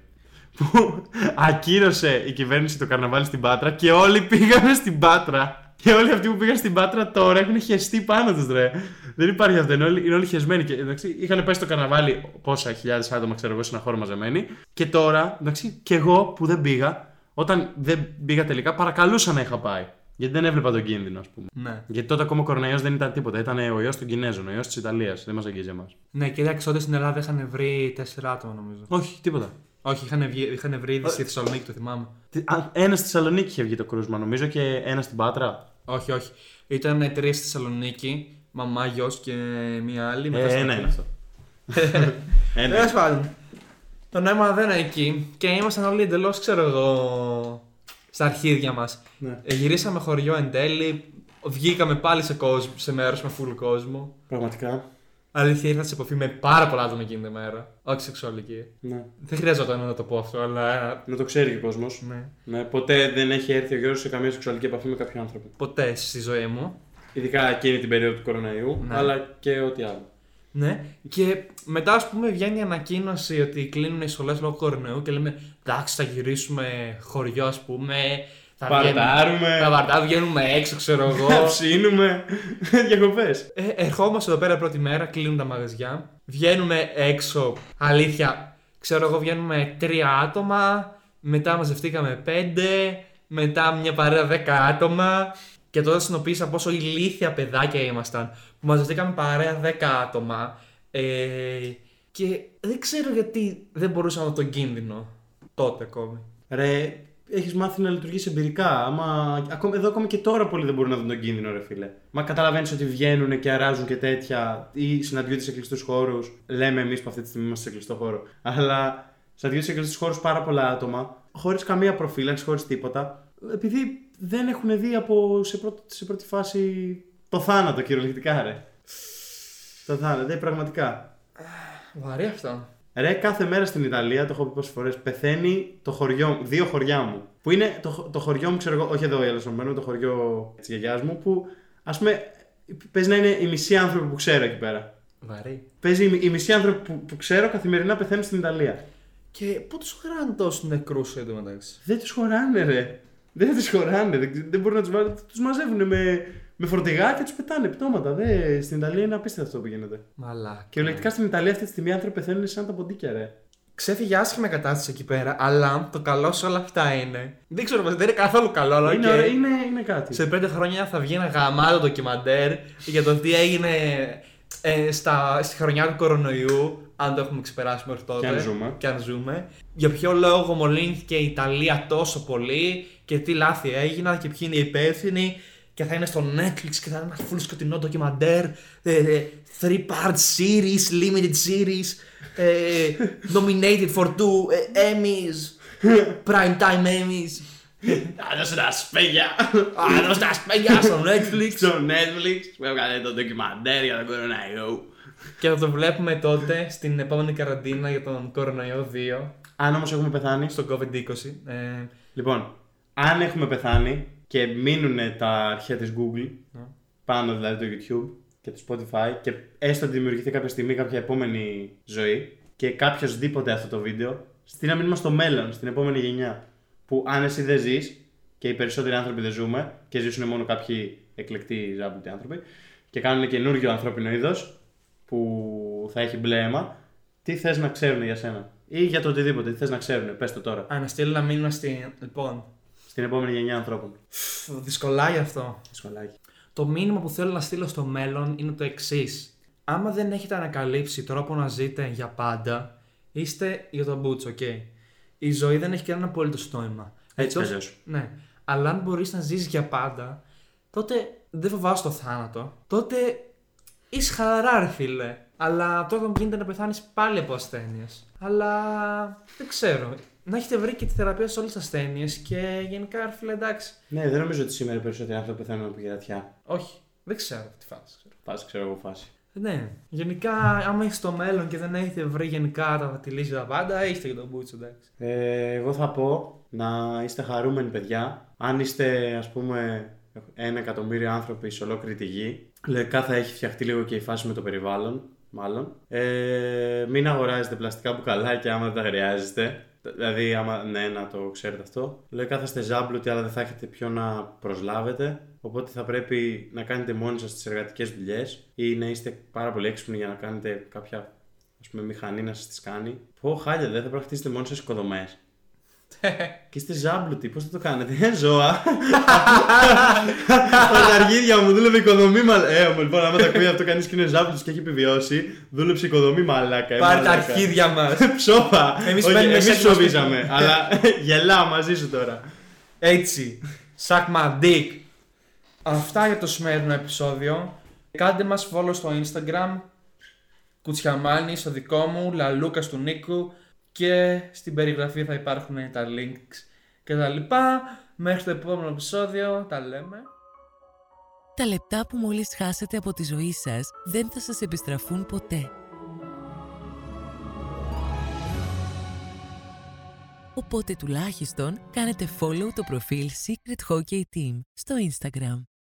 C: Που ακύρωσε η κυβέρνηση το καρναβάλι στην Πάτρα και όλοι πήγαμε στην Πάτρα. Και όλοι αυτοί που πήγαν στην Πάτρα τώρα έχουν χεστεί πάνω τους, ρε. Δεν υπάρχει αυτό. Είναι όλοι, είναι όλοι χεσμένοι. Και, εντάξει, είχαν πάει στο καρναβάλι πόσα χιλιάδες άτομα, ξέρω εγώ, σε ένα χώρο μαζεμένοι. Και τώρα, εντάξει, και εγώ που δεν πήγα, όταν δεν πήγα τελικά, παρακαλούσα να είχα πάει. Γιατί δεν έβλεπα τον κίνδυνο, ας πούμε.
B: Ναι.
C: Γιατί τότε ακόμα ο κοροναϊό δεν ήταν τίποτα. Ήταν ο ιός των Κινέζων, ο ιός της Ιταλίας. Δεν μας αγγίζει εμάς.
B: Ναι, κοίταξε, τότε στην Ελλάδα είχαν βρει τέσσερα άτομα νομίζω.
C: Όχι, τίποτα.
B: Όχι, είχαν, βγει- είχαν βρει ήδη στη Θεσσαλονίκη, το θυμάμαι.
C: Ένας στη Θεσσαλονίκη είχε βγει το κρούσμα, νομίζω, και ένας στην Πάτρα.
B: Όχι, όχι. Ήταν τρεις στη Θεσσαλονίκη, μαμά, γιος και μία άλλη. μετά
C: Ε, ναι.
B: στην
C: ένα
B: Αθήνα.
C: είναι αυτό. Ένα.
B: Τέλος πάντων. Το νόημα δεν είναι εκεί και ήμασταν όλοι εντελώς, ξέρω εγώ, στα αρχίδια μας.
C: Ναι.
B: γυρίσαμε χωριό εν τέλει. Βγήκαμε πάλι σε, κόσμο, σε μέρος με full κόσμο.
C: Πραγματικά.
B: Αλήθεια, ήρθα σε επαφή με πάρα πολλά άτομα εκείνη τη μέρα. Όχι σεξουαλική.
C: Ναι.
B: Δεν χρειαζόταν να το πω αυτό, αλλά.
C: Να το ξέρει και ο κόσμος.
B: Ναι.
C: Ναι, ποτέ δεν έχει έρθει ο Γιώργο σε καμία σεξουαλική επαφή με κάποιον άνθρωπο.
B: Ποτέ στη ζωή μου.
C: Ειδικά εκείνη την περίοδο του κοροναϊού,
B: Ναι.
C: αλλά και ό,τι άλλο.
B: Ναι. Και μετά, ας πούμε, βγαίνει η ανακοίνωση ότι κλείνουν οι σχολές λόγω κορονοϊού και λέμε εντάξει, θα γυρίσουμε χωριό, ας πούμε. Θα
C: Παρτάρουμε.
B: βγαίνουμε- Θα βαρτά, βγαίνουμε έξω, ξέρω
C: [laughs] Θα
B: εγώ.
C: ψήνουμε διακοπές.
B: ε, ερχόμαστε εδώ πέρα πρώτη μέρα, κλείνουν τα μαγαζιά. Βγαίνουμε έξω. Αλήθεια, ξέρω εγώ, βγαίνουμε τρία άτομα. Μετά μαζευτήκαμε πέντε. μετά μια παρέα 10 άτομα. Και τότε συνειδητοποίησα πόσο ηλίθια παιδάκια ήμασταν. Που μαζευτήκαμε παρέα 10 άτομα. Ε, και δεν ξέρω γιατί δεν μπορούσα να δω τον κίνδυνο τότε ακόμη.
C: Ρε, έχεις μάθει να λειτουργείς εμπειρικά. Άμα... Ακόμα, εδώ ακόμα και τώρα πολλοί δεν μπορούν να δουν τον κίνδυνο, ρε φίλε. Μα καταλαβαίνεις ότι βγαίνουν και αράζουν και τέτοια ή συναντιούνται σε κλειστούς χώρους. Λέμε εμείς που αυτή τη στιγμή είμαστε σε κλειστό χώρο. Αλλά συναντιούνται σε κλειστούς χώρους πάρα πολλά άτομα, χωρίς καμία προφύλαξη, χωρίς τίποτα. Επειδή δεν έχουν δει από σε πρώτη, σε πρώτη φάση το θάνατο, κυριολεκτικά, ρε. Το θάνατο, δε, πραγματικά.
B: Βαρύ αυτό.
C: Ρε, κάθε μέρα στην Ιταλία, το έχω πει πόσες φορές, πεθαίνει το χωριό μου, δύο χωριά μου. Που είναι το, χω- το χωριό μου, ξέρω εγώ, όχι εδώ η Ελεσσομένο, το χωριό της γιαγιάς μου, που ας πούμε παίζει να είναι οι μισοί άνθρωποι που ξέρω εκεί πέρα.
B: Βαρύ.
C: Παίζει οι, οι μισοί άνθρωποι που, που ξέρω καθημερινά πεθαίνουν στην Ιταλία.
B: Και πού τους χωράνε τόσους νεκρούς εντωμεταξύ.
C: Δεν τους χωράνε, ρε. Δεν τους χωράνε. Δεν, ξε- δεν μπορούν να τους βάλουν. Τους μαζεύουν με, με φορτηγά και τους πετάνε πτώματα. Δε. Στην Ιταλία είναι απίστευτο αυτό που γίνεται.
B: Μαλάκα.
C: Και ολεκτικά στην Ιταλία αυτή τη στιγμή οι άνθρωποι πεθαίνουν σαν τα ποντίκια, ρε.
B: Ξέφυγε άσχημα η κατάσταση εκεί πέρα, αλλά το καλό σε όλα αυτά είναι. Δεν ξέρω, δεν είναι καθόλου καλό, αλλά
C: Είναι,
B: οκ.
C: ωραίο, είναι, είναι κάτι.
B: σε πέντε χρόνια θα βγει ένα γαμάτο ντοκιμαντέρ για το τι έγινε ε, στα, στη χρονιά του κορονοϊού, αν το έχουμε ξεπεράσει μέχρι τότε.
C: Και αν ζούμε.
B: Και αν ζούμε. Για ποιο λόγο μολύνθηκε η Ιταλία τόσο πολύ και τι λάθη έγιναν και ποιοι είναι οι υπεύθυνοι. Και θα είναι στο Netflix και θα είναι ένα full σκοτεινό ντοκιμαντέρ. ε, ε, three part series, limited series.
C: [laughs]
B: ε, nominated for two ε, Emmys. Prime time Emmys.
C: Άντε τα [laughs] σπέγια!
B: Άλλο τα σπέγγια στο Netflix.
C: Στο Netflix που έβγαλε το ντοκιμαντέρ για τον κορονοϊό.
B: και θα το βλέπουμε τότε στην επόμενη καραντίνα για τον κορονοϊό 2,
C: Αν όμως έχουμε πεθάνει.
B: στο COVID-20. Ε,
C: Λοιπόν, αν έχουμε πεθάνει και μείνουν τα αρχεία τη Google, πάνω δηλαδή το YouTube και το Spotify, και έστω ότι δημιουργηθεί κάποια στιγμή κάποια επόμενη ζωή, και κάποιος δίποτε αυτό το βίντεο, στείλα μήνυμα στο μέλλον, στην επόμενη γενιά. Που αν εσύ δεν ζεις και οι περισσότεροι άνθρωποι δεν ζούμε και ζήσουν μόνο κάποιοι εκλεκτοί ζάμπλουτοι άνθρωποι και κάνουν καινούριο ανθρώπινο είδος που θα έχει μπλε αίμα, τι θες να ξέρουν για σένα. Ή για το οτιδήποτε, τι θες να ξέρουν, πες το τώρα.
B: Αναστείλω ένα μήνυμα στην. Λοιπόν,
C: Στην επόμενη γενιά ανθρώπων.
B: φφ, δυσκολάει αυτό.
C: Σχολάκι.
B: Το μήνυμα που θέλω να στείλω στο μέλλον είναι το εξής. Άμα δεν έχετε ανακαλύψει τρόπο να ζείτε για πάντα, είστε για τον μπούτσο, οκ. Η ζωή δεν έχει κανένα απόλυτο νόημα.
C: Έτσι
B: Εκτός-
C: κι αλλιώς.
B: Ναι. Αλλά αν μπορείς να ζήσει για πάντα, τότε δεν φοβάσαι το θάνατο. Τότε είσαι χαρά, ρε φίλε. Αλλά τότε μου γίνεται να πεθάνεις πάλι από ασθένειες. Αλλά δεν ξέρω. Να έχετε βρει και τη θεραπεία σε όλες τις ασθένειες και γενικά, ρε φίλε, εντάξει.
C: Ναι, δεν νομίζω ότι σήμερα οι περισσότεροι άνθρωποι πεθαίνουν από κυρατιά.
B: Όχι. Δεν ξέρω τι φάση. ξέρω.
C: Πα, ξέρω εγώ φάση.
B: Ναι. Γενικά, άμα έχεις το μέλλον και δεν έχετε βρει γενικά τα, τη λύση για τα πάντα, είστε και τον Μπούτσο, εντάξει.
C: Ε, εγώ θα πω να είστε χαρούμενοι, παιδιά. Αν είστε, ας πούμε, ένα εκατομμύριο άνθρωποι σε ολόκληρη τη γη, λογικά θα έχει φτιαχτεί λίγο και η φάση με το περιβάλλον, μάλλον. Ε, μην αγοράζετε πλαστικά μπουκαλάκια άμα δεν τα χρειάζεστε. Δηλαδή, άμα ναι, να το ξέρετε αυτό. Λογικά θα είστε ζάμπλουτοι, αλλά δεν θα έχετε πιο να προσλάβετε. Οπότε θα πρέπει να κάνετε μόνοι σας τις εργατικές δουλειές ή να είστε πάρα πολύ έξυπνοι για να κάνετε κάποια ας πούμε, μηχανή να σας τις κάνει. Πω χάλια, δεν θα πρέπει να χτίσετε μόνο σας οικοδομές. Και είστε ζάμπλουτοι, πώς θα το κάνετε, ε,
B: [laughs]
C: ζώα. Τα ζαργίδια μου δούλευε οικοδομή, μαλάκα. Ε, μου, λοιπόν, άμα τα ακούει αυτό κανείς και είναι ζάμπλουτο και έχει επιβιώσει, δούλεψε οικοδομή, μαλάκα. ε,
B: Πάρε τα
C: μαλάκα.
B: αρχίδια μας.
C: Ψόφα!
B: Εμείς
C: Όχι,
B: παίρνουμε
C: εμείς
B: σεξ μας
C: ψοφίζαμε, αλλά [laughs] γελάω μαζί σου τώρα.
B: Έτσι. Suck my dick. Αυτά για το σημερινό επεισόδιο. Κάντε μας follow στο Instagram. Κουτσιαμάνι στο δικό μου, Λαλούκα του Νίκου και στην περιγραφή θα υπάρχουν τα links και τα λοιπά. Μέχρι το επόμενο επεισόδιο τα λέμε.
A: Τα λεπτά που μόλις χάσετε από τη ζωή σας δεν θα σας επιστραφούν ποτέ. Οπότε τουλάχιστον κάνετε follow το προφίλ Secret Hockey Team στο Instagram.